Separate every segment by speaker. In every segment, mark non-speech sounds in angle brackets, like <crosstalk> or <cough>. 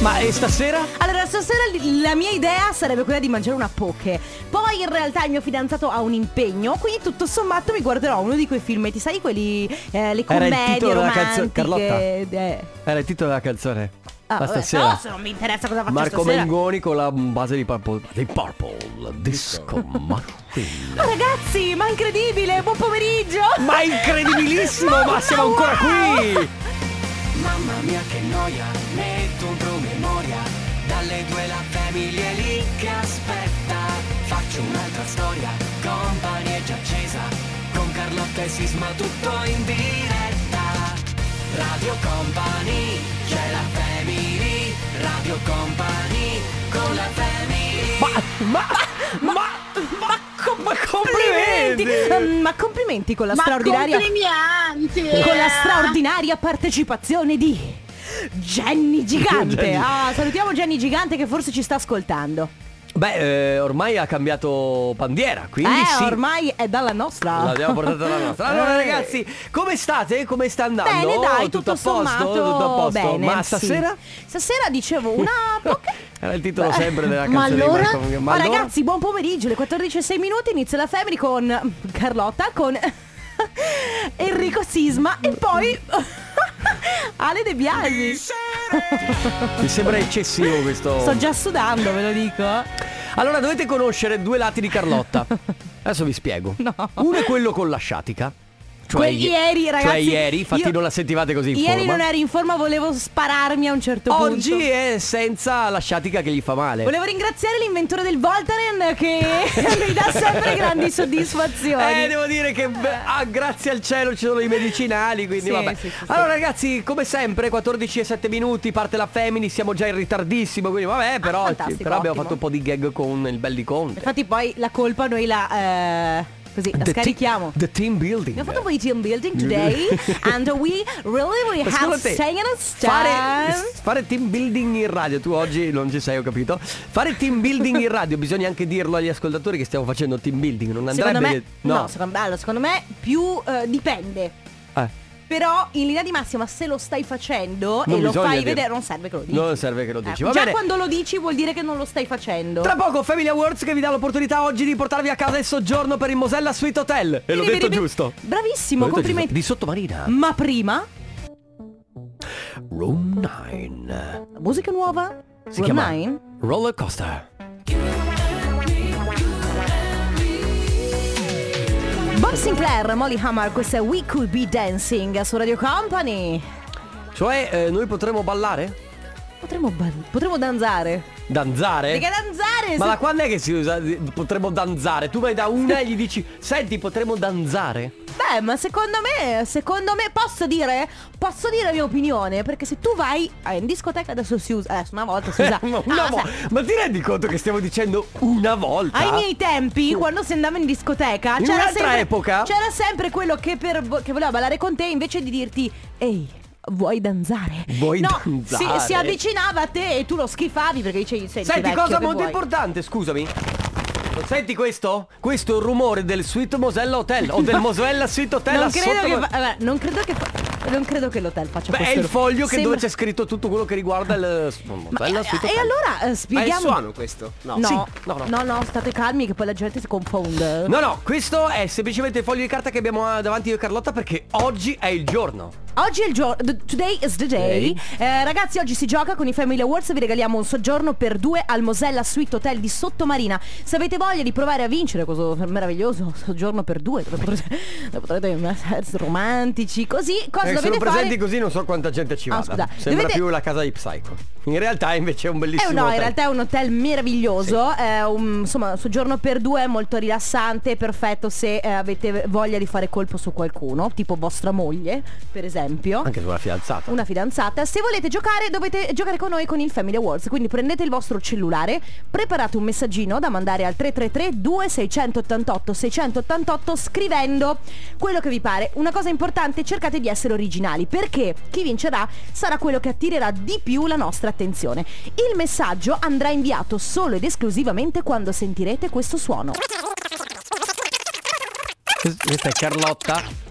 Speaker 1: Ma e stasera?
Speaker 2: Allora, stasera li- la mia idea sarebbe quella di mangiare una poke. Poi in realtà il mio fidanzato ha un impegno, quindi tutto sommato mi guarderò uno di quei filmetti, sai quelli, eh, le
Speaker 1: Era il
Speaker 2: commedie
Speaker 1: titolo della
Speaker 2: romantiche.
Speaker 1: canzone, Carlotta.
Speaker 2: eh.
Speaker 1: Era il titolo della canzone.
Speaker 2: Ah,
Speaker 1: Ma
Speaker 2: vabbè,
Speaker 1: stasera.
Speaker 2: No, se non mi interessa cosa faccio
Speaker 1: Marco
Speaker 2: stasera.
Speaker 1: Mengoni con la base di Purple, di Purple Disco Machine.
Speaker 2: Ma ragazzi, ma incredibile, buon pomeriggio.
Speaker 1: Ma incredibilissimo, ma siamo
Speaker 2: wow!
Speaker 1: ancora qui!
Speaker 3: Mamma mia che noia, metto un promemoria Dalle due la famiglia è lì che aspetta Faccio un'altra storia, compagnia è già accesa Con Carlotta e Sisma tutto in diretta Radio Company, c'è la family Radio Company, con la family
Speaker 1: Ma, ma, ma, ma, ma, co- ma complimenti!
Speaker 2: Complimenti. Mm, Ma complimenti con la straordinaria
Speaker 4: complimenti!
Speaker 2: con la straordinaria partecipazione di Jenny Gigante.
Speaker 1: Jenny.
Speaker 2: Ah, salutiamo Jenny Gigante che forse ci sta ascoltando.
Speaker 1: Beh, eh, ormai ha cambiato bandiera, quindi
Speaker 2: eh,
Speaker 1: sì.
Speaker 2: ormai è dalla nostra. <laughs>
Speaker 1: L'abbiamo portata alla nostra. Allora,
Speaker 2: Eh.
Speaker 1: ragazzi, come state? Come sta andando?
Speaker 2: Bene, dai, tutto,
Speaker 1: tutto a posto?
Speaker 2: sommato
Speaker 1: tutto a posto.
Speaker 2: bene.
Speaker 1: Ma
Speaker 2: sì.
Speaker 1: stasera?
Speaker 2: Stasera dicevo
Speaker 1: <laughs>
Speaker 2: una poca
Speaker 1: Era il titolo sempre della
Speaker 4: Ma
Speaker 1: canzone di
Speaker 4: allora?
Speaker 1: Marco Mengoni. Ma
Speaker 2: Oh,
Speaker 1: allora?
Speaker 2: ragazzi, buon pomeriggio, le 14.06 minuti inizia la Family con <laughs> Carlotta, con <laughs> Enrico Sisma e poi <laughs> Ale De Biasi.
Speaker 1: Mi sembra eccessivo questo.
Speaker 2: Sto già sudando, ve lo dico.
Speaker 1: Allora dovete conoscere due lati di Carlotta. Adesso vi spiego.
Speaker 2: <laughs> No.
Speaker 1: Uno è quello con la sciatica. Cioè,
Speaker 2: Que- ieri,
Speaker 1: cioè
Speaker 2: ragazzi,
Speaker 1: ieri, infatti
Speaker 2: io-
Speaker 1: non la sentivate così in
Speaker 2: Ieri
Speaker 1: forma.
Speaker 2: non ero in forma, volevo spararmi a un certo
Speaker 1: Oggi
Speaker 2: punto.
Speaker 1: è senza la sciatica che gli fa male.
Speaker 2: Volevo ringraziare l'inventore del Voltaren che <laughs> mi dà
Speaker 1: <laughs>
Speaker 2: sempre grandi soddisfazioni.
Speaker 1: Eh, devo dire che beh, ah, grazie al cielo ci sono i medicinali, quindi
Speaker 2: Sì,
Speaker 1: vabbè.
Speaker 2: sì, sì, sì.
Speaker 1: allora ragazzi, come sempre, 14 e 7 minuti, parte la Femini, siamo già in ritardissimo, quindi vabbè, però,
Speaker 2: Ah, fantastico,
Speaker 1: però abbiamo
Speaker 2: ottimo.
Speaker 1: fatto un po' di gag con il belli Conte.
Speaker 2: Infatti poi la colpa noi la, eh, così, la
Speaker 1: The
Speaker 2: scarichiamo.
Speaker 1: te- The team building.
Speaker 2: Abbiamo fatto un po' di team building
Speaker 1: <laughs>
Speaker 2: today and we really we
Speaker 1: Ma
Speaker 2: have
Speaker 1: secondo te,
Speaker 2: taken a
Speaker 1: fare,
Speaker 2: stand.
Speaker 1: fare team building in radio, tu oggi non ci sei, ho capito. Fare team building in radio, bisogna anche dirlo agli ascoltatori che stiamo facendo team building, non andrebbe...
Speaker 2: Secondo me,
Speaker 1: che-
Speaker 2: no, secondo, allora, secondo me più eh, dipende.
Speaker 1: Eh,
Speaker 2: Però in linea di massima se lo stai facendo
Speaker 1: non
Speaker 2: e lo
Speaker 1: bisogna
Speaker 2: fai
Speaker 1: dirlo.
Speaker 2: vedere non serve che lo dici.
Speaker 1: Non serve che lo dici.
Speaker 2: Ecco,
Speaker 1: Va
Speaker 2: già
Speaker 1: bene.
Speaker 2: quando lo dici vuol dire che non lo stai facendo.
Speaker 1: Tra poco Family Awards che vi dà l'opportunità oggi di portarvi a casa il soggiorno per il Mosella Suite Hotel. E l'ho
Speaker 2: Biri,
Speaker 1: detto
Speaker 2: biri,
Speaker 1: giusto.
Speaker 2: biri. Bravissimo,
Speaker 1: L'ho detto
Speaker 2: complimenti.
Speaker 1: giusto. Di sottomarina.
Speaker 2: Ma prima,
Speaker 1: Room 9.
Speaker 2: musica nuova?
Speaker 1: Si
Speaker 2: Room
Speaker 1: chiama
Speaker 2: Nine?
Speaker 1: Roller Coaster.
Speaker 2: Bob Sinclair, Molly Hammer, questa è We Could Be Dancing su Radio Company.
Speaker 1: Cioè, eh, noi potremmo ballare?
Speaker 2: Potremmo, ball- potremmo danzare.
Speaker 1: Danzare?
Speaker 2: Perché danzare?
Speaker 1: Eh. Ma
Speaker 2: se-
Speaker 1: da quando è che si usa di- potremmo danzare? Tu vai da una e gli dici "Senti, potremmo danzare?"
Speaker 2: Beh, ma secondo me, secondo me posso dire, posso dire la mia opinione, perché se tu vai eh, in discoteca adesso si usa, adesso una volta
Speaker 1: <laughs>
Speaker 2: si usa.
Speaker 1: Eh, ma,
Speaker 2: Ah,
Speaker 1: una
Speaker 2: ma
Speaker 1: vo-
Speaker 2: sai,
Speaker 1: ma ti rendi conto che stiamo dicendo una volta?
Speaker 2: ai miei tempi, quando si andava in discoteca,
Speaker 1: In
Speaker 2: c'era
Speaker 1: un'altra
Speaker 2: sempre,
Speaker 1: epoca?
Speaker 2: c'era sempre quello che, per vo- che voleva ballare con te invece di dirti, ehi, vuoi danzare?
Speaker 1: Vuoi
Speaker 2: no,
Speaker 1: danzare?
Speaker 2: Si, si avvicinava a te e tu lo schifavi perché dicevi, senti,
Speaker 1: Senti,
Speaker 2: vecchio,
Speaker 1: cosa
Speaker 2: che
Speaker 1: molto
Speaker 2: vuoi?"
Speaker 1: importante, scusami. Senti questo? Questo è il rumore del Sweet Mosella Hotel
Speaker 2: <laughs>
Speaker 1: o del Mosella Sweet Hotel a
Speaker 2: Non credo,
Speaker 1: sotto-
Speaker 2: che fa- allora, non credo che fa- non credo che l'hotel faccia
Speaker 1: Beh, è
Speaker 2: questo
Speaker 1: il foglio che dove
Speaker 2: Sembra-
Speaker 1: c'è scritto tutto quello che riguarda il
Speaker 2: Ma-
Speaker 1: Mosella Sweet
Speaker 2: e
Speaker 1: Hotel.
Speaker 2: allora, eh,
Speaker 1: Ma è Ah, il
Speaker 2: spieghiamo-
Speaker 1: suono questo? No.
Speaker 2: No,
Speaker 1: Sì.
Speaker 2: no,
Speaker 1: no, no.
Speaker 2: no, state calmi che poi la gente si confonde.
Speaker 1: No, no, questo è semplicemente il foglio di carta che abbiamo ah, davanti io e Carlotta perché oggi è il giorno.
Speaker 2: Oggi è il giorno, th- today is the day. Eh, ragazzi, oggi si gioca con i Family Awards, vi regaliamo un soggiorno per due al Mosella Suite Hotel di Sottomarina. Se avete voglia di provare a vincere questo meraviglioso <laughs> soggiorno per due, dove potrete, dove potrete <laughs> essere romantici, così cosa
Speaker 1: Eh, sono
Speaker 2: dovete
Speaker 1: presenti
Speaker 2: fare?
Speaker 1: così non so quanta gente ci
Speaker 2: Ah,
Speaker 1: vada.
Speaker 2: scusa.
Speaker 1: Sembra
Speaker 2: Dovete-
Speaker 1: più la casa di Psycho. In realtà invece è un
Speaker 2: Eh,
Speaker 1: bellissimo
Speaker 2: no, in
Speaker 1: hotel.
Speaker 2: realtà è un hotel meraviglioso, è un, insomma, un soggiorno per due, molto rilassante, perfetto se eh, avete voglia di fare colpo su qualcuno, tipo vostra moglie, per esempio.
Speaker 1: Anche sulla fidanzata.
Speaker 2: una fidanzata. Se volete giocare dovete giocare con noi con il Family Awards, quindi prendete il vostro cellulare, preparate un messaggino da mandare al 333 2688 688 scrivendo quello che vi pare. Una cosa importante, cercate di essere originali perché chi vincerà sarà quello che attirerà di più la nostra attenzione. Il messaggio andrà inviato solo ed esclusivamente quando sentirete questo suono.
Speaker 1: Questa è Carlotta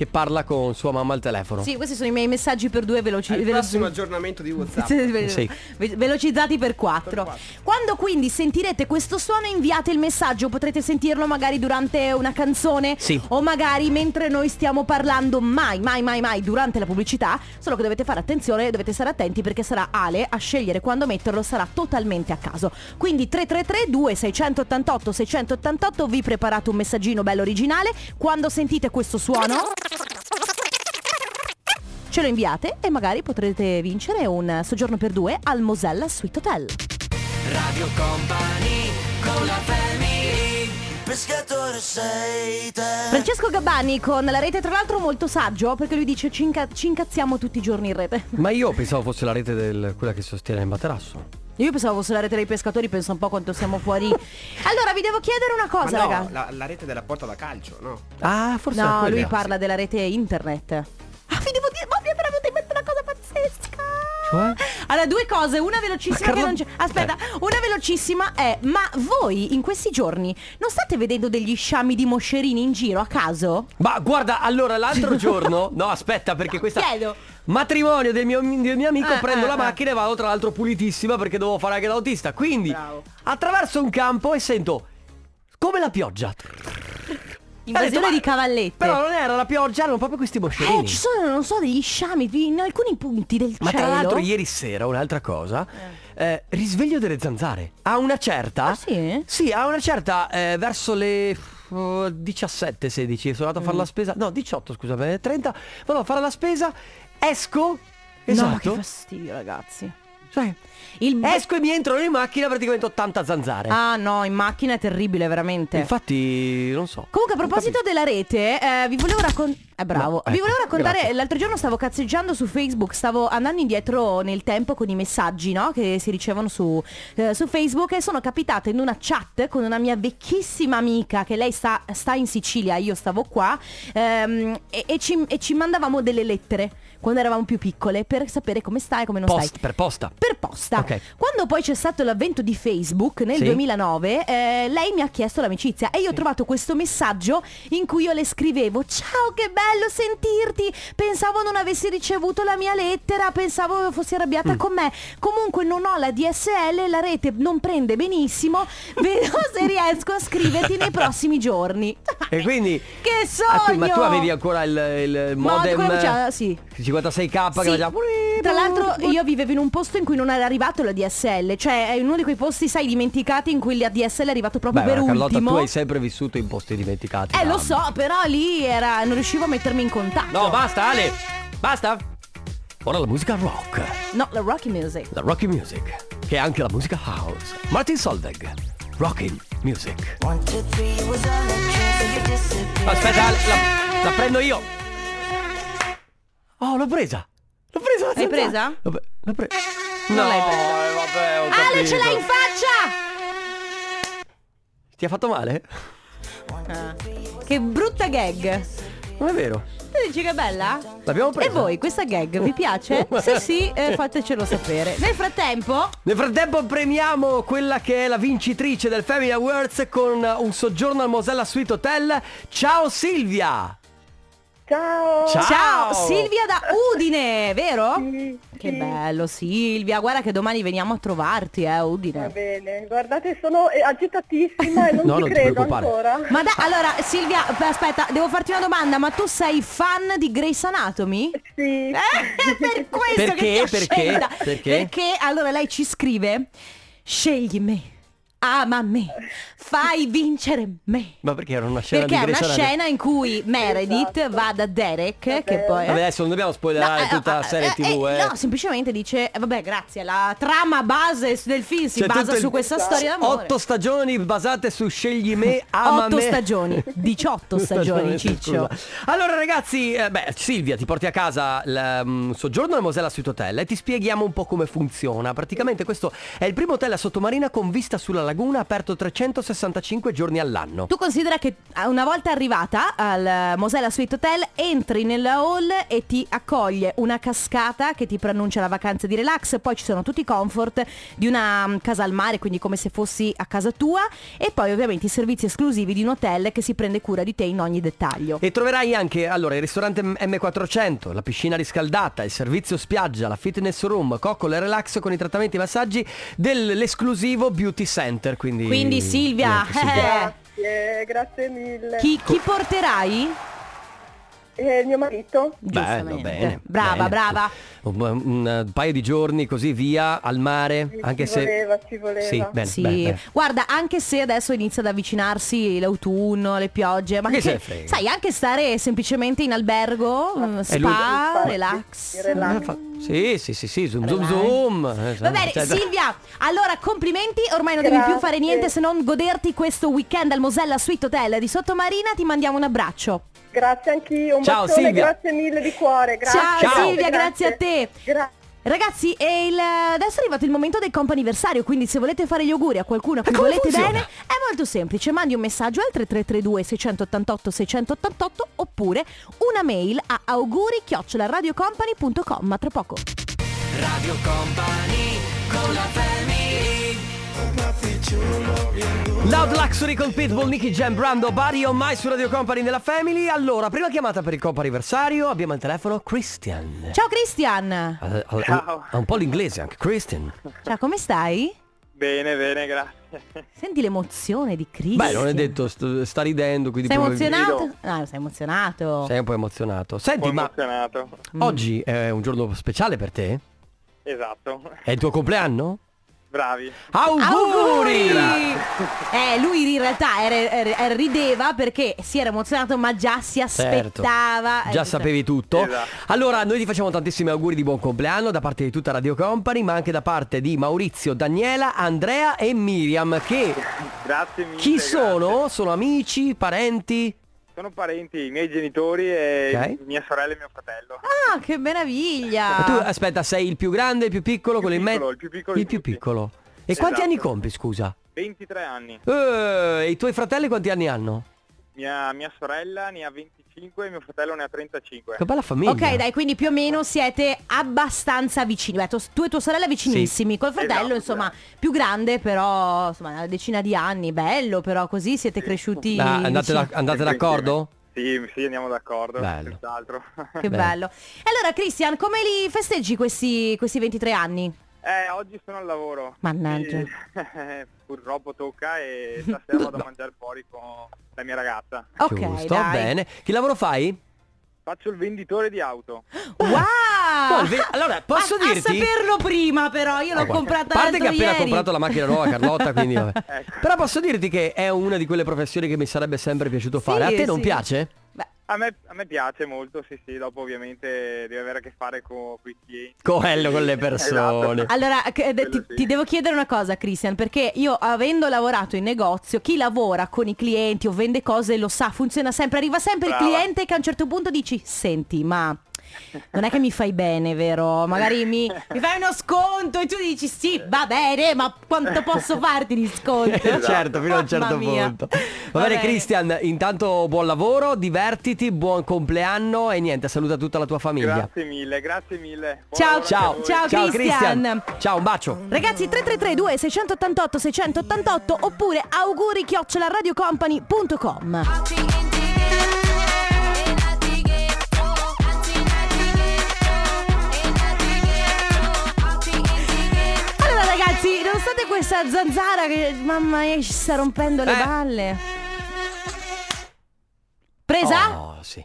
Speaker 1: che parla con sua mamma al telefono.
Speaker 2: Sì, questi sono i miei messaggi per due veloci.
Speaker 4: Il
Speaker 2: veloci-
Speaker 4: prossimo aggiornamento di WhatsApp.
Speaker 2: Sì, ve-
Speaker 1: Sì.
Speaker 2: ve- Velocizzati per 4.
Speaker 4: quattro.
Speaker 2: Quando quindi sentirete questo suono inviate il messaggio, potrete sentirlo magari durante una canzone
Speaker 1: Sì.
Speaker 2: o magari mentre noi stiamo parlando, mai, mai, mai, mai durante la pubblicità, solo che dovete fare attenzione, dovete stare attenti perché sarà Ale a scegliere quando metterlo, sarà totalmente a caso. Quindi 333 2688 688 vi preparate un messaggino bello originale, quando sentite questo suono ce lo inviate e magari potrete vincere un soggiorno per due al Mosella Sweet Hotel.
Speaker 3: Radio Company con la family
Speaker 2: Francesco Gabbani con la rete, tra l'altro molto saggio, perché lui dice ci, inca- ci incazziamo tutti i giorni in rete.
Speaker 1: Ma io pensavo fosse la rete del quella che sostiene il materasso.
Speaker 2: Io pensavo fosse la rete dei pescatori, penso un po' quanto siamo
Speaker 3: <laughs>
Speaker 2: fuori. allora, vi devo chiedere una cosa,
Speaker 4: Ma no,
Speaker 2: raga.
Speaker 4: La, la rete della porta da calcio, no?
Speaker 1: Ah, forse era
Speaker 2: No,
Speaker 1: quella.
Speaker 2: lui parla della rete internet. Ah, vi devo dire, ma mi è veramente in mente una cosa pazzesca.
Speaker 1: Cioè?
Speaker 2: Allora, due cose, una
Speaker 1: Ma
Speaker 2: velocissima
Speaker 1: Carlo- Eh.
Speaker 2: che non c'è. Aspetta, una velocissima è, ma voi in questi giorni non state vedendo degli sciami di moscerini in giro a caso?
Speaker 1: Ma guarda, allora
Speaker 2: <laughs>
Speaker 1: l'altro giorno, no aspetta perché questa...
Speaker 2: Chiedo.
Speaker 1: Matrimonio del mio, del mio amico,
Speaker 2: Ah,
Speaker 1: prendo
Speaker 2: ah,
Speaker 1: la
Speaker 2: ah.
Speaker 1: macchina e vado tra l'altro pulitissima perché devo fare anche l'autista. Quindi
Speaker 4: Bravo.
Speaker 1: attraverso un campo e sento come la pioggia.
Speaker 2: Invasione
Speaker 1: Ho detto, ma-
Speaker 2: di cavallette.
Speaker 1: Però non era la pioggia, erano proprio questi moscerini.
Speaker 2: Eh, ci sono, non so, degli sciami di- in alcuni punti del
Speaker 1: Ma
Speaker 2: cielo.
Speaker 1: tra l'altro ieri sera un'altra cosa, eh, risveglio delle zanzare. A una certa...
Speaker 2: Ah, sì?
Speaker 1: Sì, a una certa eh, verso le... 17-16 sono andato a fare
Speaker 2: Mm.
Speaker 1: la spesa no 18 scusami 30 vado a fare la spesa esco
Speaker 2: No,
Speaker 1: esatto
Speaker 2: che fastidio, ragazzi.
Speaker 1: Cioè,
Speaker 2: Il...
Speaker 1: esco e mi entrano in macchina praticamente 80 zanzare
Speaker 2: Ah no, in macchina è terribile, veramente.
Speaker 1: infatti non so
Speaker 2: Comunque a proposito della rete, eh, vi volevo raccontare... Eh, bravo.
Speaker 1: No, ecco,
Speaker 2: vi volevo raccontare,
Speaker 1: grazie.
Speaker 2: l'altro giorno stavo cazzeggiando su Facebook, stavo andando indietro nel tempo con i messaggi, no? Che si ricevono su, eh, su Facebook e sono capitata in una chat con una mia vecchissima amica che lei sta, sta in Sicilia, io stavo qua, ehm, e, e ci, e ci mandavamo delle lettere quando eravamo più piccole per sapere come stai e come non
Speaker 1: Post-
Speaker 2: stai
Speaker 1: per posta
Speaker 2: per posta.
Speaker 1: Ok.
Speaker 2: Quando poi c'è stato l'avvento di Facebook nel
Speaker 1: Sì.
Speaker 2: 2009, eh, lei mi ha chiesto l'amicizia e io ho trovato questo messaggio in cui io le scrivevo "Ciao, che bello sentirti. Pensavo non avessi ricevuto la mia lettera, pensavo fossi
Speaker 1: Mm.
Speaker 2: arrabbiata con me. Comunque non ho la DSL, la rete non prende benissimo. Vedo
Speaker 1: <laughs>
Speaker 2: se riesco a scriverti nei prossimi giorni." <laughs>
Speaker 1: e quindi
Speaker 2: Che
Speaker 1: Ah, qui- ma tu
Speaker 2: sogno!
Speaker 1: avevi ancora il, il
Speaker 2: Modem,
Speaker 1: modem
Speaker 2: quello che c'ha-
Speaker 1: eh,
Speaker 2: ah, sì.
Speaker 1: 56k che
Speaker 2: Sì.
Speaker 1: faceva-
Speaker 2: Tra l'altro io vivevo in un posto in cui non era arrivato la DSL, cioè è uno di quei posti, sai, dimenticati in cui la DSL è arrivato proprio
Speaker 1: Beh,
Speaker 2: per
Speaker 1: ma Carlotta,
Speaker 2: ultimo.
Speaker 1: tu hai sempre vissuto in posti dimenticati.
Speaker 2: Eh
Speaker 1: ma-
Speaker 2: lo so, però lì era, non riuscivo a mettermi in contatto.
Speaker 1: No, basta, Ale! Basta! Ora la musica rock,
Speaker 2: No, la Rocky Music.
Speaker 1: la rocky music, che è anche la musica house. Martin Solveig, rocking music. Aspetta, Ale, la, la prendo io. Oh, l'ho presa! L'ho presa! la
Speaker 2: L'hai
Speaker 1: zanzara.
Speaker 2: presa?
Speaker 1: L'ho pre- l'ho presa.
Speaker 2: Non l'hai presa.
Speaker 1: vabbè, ho
Speaker 2: Ale ce l'hai in
Speaker 1: capito.
Speaker 2: faccia!
Speaker 1: Ti ha fatto male?
Speaker 2: Che brutta gag.
Speaker 1: Non è vero.
Speaker 2: Tu dici che è bella?
Speaker 1: L'abbiamo presa.
Speaker 2: E voi, questa gag vi
Speaker 1: <laughs>
Speaker 2: piace? Se sì, eh, fatecelo sapere. Nel frattempo...
Speaker 1: Nel frattempo premiamo quella che è la vincitrice del Family Awards con un soggiorno al Mosella Suite Hotel. Ciao Silvia!
Speaker 5: Ciao!
Speaker 1: Ciao!
Speaker 2: Silvia da Udine, vero? Che bello Silvia, guarda che domani veniamo a trovarti, eh,
Speaker 5: Va
Speaker 2: Udine.
Speaker 5: bene, guardate, sono eh, agitatissima e non
Speaker 1: No,
Speaker 5: ci
Speaker 1: non ti
Speaker 5: credo
Speaker 1: preoccupare.
Speaker 5: ancora.
Speaker 2: Ma da, allora Silvia, beh, aspetta, devo farti una domanda, ma tu sei fan di Grey's Anatomy?
Speaker 5: Sì. <laughs>
Speaker 2: Eh, per
Speaker 1: <laughs>
Speaker 2: questo
Speaker 1: Perché?
Speaker 2: che ti ho
Speaker 1: Perché?
Speaker 2: scelta.
Speaker 1: Perché?
Speaker 2: Perché allora lei ci scrive Scegli me, ama me, fai vincere me.
Speaker 1: Ma perché era una scena
Speaker 2: Perché è
Speaker 1: di
Speaker 2: una
Speaker 1: Grey's Anatomy?
Speaker 2: scena in cui Meredith va da Derek, che poi...
Speaker 1: Vabbè, adesso non dobbiamo spoilerare
Speaker 2: Eh? No,
Speaker 1: tutta
Speaker 2: eh,
Speaker 1: la serie
Speaker 2: eh,
Speaker 1: TV, eh.
Speaker 2: eh, No, semplicemente dice, eh, vabbè, grazie, la trama base s- del film si
Speaker 1: C'è Cioè, tutto
Speaker 2: basa
Speaker 1: il-
Speaker 2: su questa storia d'amore.
Speaker 1: Otto stagioni basate su Scegli me, ama
Speaker 2: Otto
Speaker 1: me. <laughs>
Speaker 2: stagioni, 18 stagioni,
Speaker 1: sì,
Speaker 2: Ciccio.
Speaker 1: scusa. Allora ragazzi, eh, beh, Silvia ti porti a casa il mm, soggiorno al Mosella Suite Hotel e ti spieghiamo un po' come funziona. Praticamente questo è il primo hotel a sottomarina con vista sulla laguna aperto 365 giorni all'anno.
Speaker 2: Tu considera che eh, una volta arrivata al Mosella Sweet Hotel entri nella hall e ti accoglie una cascata che ti preannuncia la vacanza di relax, poi ci sono tutti i comfort di una mm, casa al mare, quindi come se fossi a casa tua e poi ovviamente i servizi esclusivi di un hotel che si prende cura di te in ogni dettaglio.
Speaker 1: E troverai anche allora il ristorante M- M400, la piscina riscaldata, il servizio spiaggia, la fitness room, coccole e relax con i trattamenti e i massaggi dell'esclusivo beauty center. Quindi,
Speaker 2: Quindi, Silvia, <laughs>
Speaker 1: niente, Silvia.
Speaker 2: eh.
Speaker 5: Grazie, grazie mille.
Speaker 2: Chi, chi porterai?
Speaker 5: Eh, mio marito?
Speaker 1: Bello,
Speaker 2: Giustamente.
Speaker 1: bene.
Speaker 2: Brava,
Speaker 1: bene.
Speaker 2: brava.
Speaker 1: Un, un- un paio di giorni così via al mare,
Speaker 5: Ci
Speaker 1: anche se... Ah,
Speaker 5: voleva, ci voleva.
Speaker 1: Sì, bene,
Speaker 2: sì.
Speaker 1: bene, bene.
Speaker 2: Guarda, anche se adesso inizia ad avvicinarsi l'autunno, le piogge, ma
Speaker 1: Che se
Speaker 2: anche,
Speaker 1: ne frega.
Speaker 2: sai, anche stare semplicemente in albergo, mm,
Speaker 1: È lui-
Speaker 2: spa,
Speaker 5: Infatti,
Speaker 2: relax.
Speaker 5: il relax.
Speaker 1: Eh, fa- Sì, sì, sì, sì, zoom, zoom,
Speaker 2: Relax.
Speaker 1: zoom. Eh,
Speaker 2: Va
Speaker 1: cioè,
Speaker 2: bene, Silvia, allora complimenti, ormai non devi
Speaker 5: Grazie.
Speaker 2: più fare niente se non goderti questo weekend al Mosella Suite Hotel di Sottomarina, ti mandiamo un abbraccio.
Speaker 5: Grazie anch'io, un
Speaker 1: Ciao,
Speaker 5: bacione,
Speaker 1: Silvia.
Speaker 5: grazie mille di cuore. Grazie.
Speaker 2: Ciao,
Speaker 1: Ciao.
Speaker 2: Silvia, grazie a te.
Speaker 5: Grazie.
Speaker 2: Ragazzi, e il- adesso è arrivato il momento del comp'anniversario, quindi se volete fare gli auguri a qualcuno a cui
Speaker 1: come
Speaker 2: volete
Speaker 1: funziona?
Speaker 2: bene, è molto semplice, mandi un messaggio al 3332 688 688 oppure una mail a auguri@radiocompany.com, ma tra poco.
Speaker 3: Radio Company con la family
Speaker 1: Loud Luxury con Pitbull, Nicky Jam, Brando, Bari, on My su Radio Company nella Family. Allora, prima chiamata per il compo anniversario, abbiamo al telefono Christian.
Speaker 2: Ciao Christian.
Speaker 1: Ha- ha-
Speaker 6: Ciao.
Speaker 1: Ha un po' l'inglese anche, Christian.
Speaker 2: Ciao, come stai?
Speaker 6: Bene, bene, grazie.
Speaker 2: Senti l'emozione di Christian.
Speaker 1: Beh, non è detto, st- sta ridendo, quindi
Speaker 2: Sei
Speaker 1: probabilmente-
Speaker 2: emozionato? Ah, sei emozionato.
Speaker 1: Sei un po' emozionato.
Speaker 6: Un po'
Speaker 1: Senti, ma
Speaker 6: emozionato.
Speaker 1: oggi è un giorno speciale per te?
Speaker 6: Esatto. <laughs>
Speaker 1: È il tuo compleanno?
Speaker 6: Bravi.
Speaker 1: Auguri!
Speaker 2: Eh, lui in realtà era- era- era- rideva perché si era emozionato ma già si
Speaker 1: Certo.
Speaker 2: aspettava. eh, tutto.
Speaker 1: Già sapevi tutto.
Speaker 6: Esatto.
Speaker 1: Allora, noi ti facciamo tantissimi auguri di buon compleanno da parte di tutta Radio Company, ma anche da parte di Maurizio, Daniela, Andrea e Miriam, che
Speaker 6: Grazie mille.
Speaker 1: chi
Speaker 6: grazie.
Speaker 1: sono? Sono amici, parenti?
Speaker 6: Sono parenti, i miei genitori e
Speaker 1: Ok.
Speaker 6: mia sorella e mio fratello.
Speaker 2: Ah, che meraviglia!
Speaker 1: Ma Eh, tu, aspetta, sei il più grande, il più
Speaker 6: Il
Speaker 1: piccolo,
Speaker 6: più
Speaker 1: quello in mezzo?
Speaker 6: piccolo, il più piccolo di tutti.
Speaker 1: piccolo. E
Speaker 6: Esatto.
Speaker 1: quanti anni compi, scusa?
Speaker 6: 23 anni.
Speaker 1: Eh, e i tuoi fratelli quanti anni hanno?
Speaker 6: Mia, mia sorella ne ha 25 e mio fratello ne ha 35.
Speaker 1: Che bella famiglia.
Speaker 2: Ok, dai, quindi più o meno siete abbastanza vicini. Beh, tu tu e tua sorella vicinissimi, col fratello,
Speaker 1: Eh,
Speaker 6: Esatto,
Speaker 2: insomma, più grande, però, insomma, una decina di anni, bello, però così siete cresciuti.
Speaker 1: Ma andate,
Speaker 2: vicini.
Speaker 1: da- andate
Speaker 6: Sempre
Speaker 1: d'accordo?
Speaker 6: insieme. Sì, sì, andiamo d'accordo.
Speaker 1: Bello.
Speaker 6: Senz'altro. <laughs>
Speaker 2: Che
Speaker 1: Bene.
Speaker 2: bello. E allora, Christian, come li festeggi questi, questi 23 anni?
Speaker 6: eh, oggi sono al lavoro.
Speaker 2: Mannaggia.
Speaker 6: Sì, <laughs> purtroppo tocca
Speaker 1: <laughs>
Speaker 6: e stasera vado a mangiare fuori con la mia ragazza.
Speaker 2: Ok,
Speaker 1: Giusto,
Speaker 2: dai.
Speaker 1: bene. Che lavoro fai?
Speaker 6: Faccio il venditore di auto.
Speaker 2: Wow!
Speaker 1: No, ve- allora, posso
Speaker 2: a,
Speaker 1: dirti- Ah,
Speaker 2: A saperlo prima però, io l'ho
Speaker 1: Guarda,
Speaker 2: comprata
Speaker 1: A parte che ha
Speaker 2: l'altro
Speaker 1: appena
Speaker 2: ieri.
Speaker 1: comprato la macchina nuova
Speaker 2: <laughs>
Speaker 1: Carlotta, quindi vabbè.
Speaker 6: Ecco.
Speaker 1: Però posso dirti che è una di quelle professioni che mi sarebbe sempre piaciuto fare. A te non
Speaker 2: sì.
Speaker 1: piace?
Speaker 2: Beh,
Speaker 6: A me, a me piace molto, sì sì, dopo ovviamente devi avere a che fare con i clienti. <laughs>
Speaker 1: Quello con le persone.
Speaker 6: Esatto.
Speaker 2: Allora, che- de- ti,
Speaker 6: Quello sì.
Speaker 2: ti devo chiedere una cosa, Christian, perché io avendo lavorato in negozio, chi lavora con i clienti o vende cose lo sa, funziona sempre, arriva sempre
Speaker 6: Brava.
Speaker 2: il cliente che a un certo punto dici, senti, ma non è che mi fai bene, vero? Magari mi, mi fai uno sconto e tu dici, sì, va bene, ma quanto posso farti di sconto?
Speaker 1: Eh, <laughs> certo, fino a un certo
Speaker 2: Mamma mia.
Speaker 1: punto. Va, bene, Christian, intanto buon lavoro, divertiti, buon compleanno e niente, saluta tutta la tua famiglia.
Speaker 6: Grazie mille, grazie mille. Buon lavoro
Speaker 2: Ciao,
Speaker 6: anche a
Speaker 1: Ciao,
Speaker 6: voi.
Speaker 2: Ciao,
Speaker 1: ciao
Speaker 2: Christian.
Speaker 1: Christian. Ciao, un bacio.
Speaker 2: Ragazzi 3332 688 688 oppure auguri chiocciola radiocompany.com Allora ragazzi, nonostante questa zanzara che mamma mia ci sta rompendo le
Speaker 1: Eh.
Speaker 2: balle Presa?
Speaker 1: Oh, sì.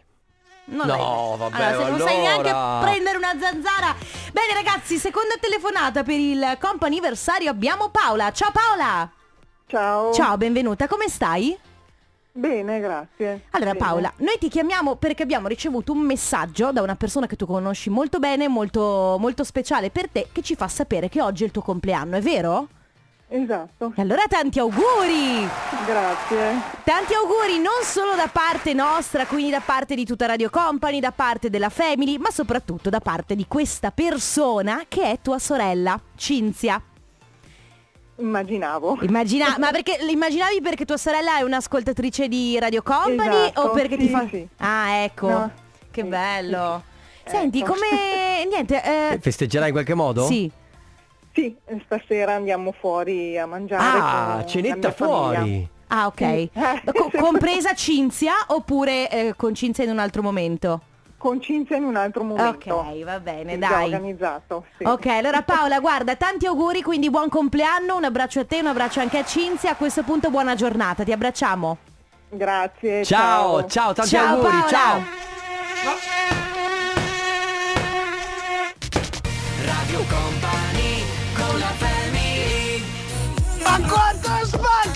Speaker 2: Non
Speaker 1: No,
Speaker 2: l'hai-
Speaker 1: vabbè,
Speaker 2: allora, se non sai
Speaker 1: allora.
Speaker 2: neanche prendere una zanzara Bene ragazzi, seconda telefonata per il comp'anniversario abbiamo Paola Ciao Paola!
Speaker 5: Ciao.
Speaker 2: Ciao, benvenuta, come stai?
Speaker 5: Bene, grazie.
Speaker 2: Allora
Speaker 5: Bene.
Speaker 2: Paola, noi ti chiamiamo perché abbiamo ricevuto un messaggio da una persona che tu conosci molto bene, molto, molto speciale per te, che ci fa sapere che oggi è il tuo compleanno, è vero?
Speaker 5: Esatto,
Speaker 2: E allora tanti auguri!
Speaker 5: grazie.
Speaker 2: Tanti auguri non solo da parte nostra, quindi da parte di tutta Radio Company, da parte della Family, ma soprattutto da parte di questa persona che è tua sorella, Cinzia.
Speaker 5: immaginavo.
Speaker 2: Immagina- ma perché immaginavi perché tua sorella è un'ascoltatrice di Radio Company
Speaker 5: Esatto,
Speaker 2: o perché ti
Speaker 5: sì,
Speaker 2: fa...
Speaker 5: sì.
Speaker 2: Ah, ecco.
Speaker 5: No,
Speaker 2: Che
Speaker 5: sì,
Speaker 2: bello.
Speaker 5: sì, sì.
Speaker 2: Senti,
Speaker 5: Ecco. <laughs>
Speaker 2: come... Niente... eh,
Speaker 1: Festeggerai in qualche modo?
Speaker 2: Sì.
Speaker 5: Sì, stasera andiamo fuori a mangiare.
Speaker 1: Ah,
Speaker 5: con
Speaker 1: cenetta
Speaker 5: la mia famiglia.
Speaker 1: fuori.
Speaker 2: Ah, ok.
Speaker 5: Sì.
Speaker 2: Co- compresa Cinzia oppure eh, con Cinzia in un altro momento?
Speaker 5: Con Cinzia in un altro momento.
Speaker 2: Ok, va bene,
Speaker 5: Sì, già
Speaker 2: dai.
Speaker 5: organizzato. sì.
Speaker 2: Ok, allora Paola, guarda, tanti auguri, quindi buon compleanno, un abbraccio a te, un abbraccio anche a Cinzia. A questo punto buona giornata, ti abbracciamo.
Speaker 5: Grazie.
Speaker 1: Ciao, ciao, tanti auguri,
Speaker 2: Paola.
Speaker 1: ciao.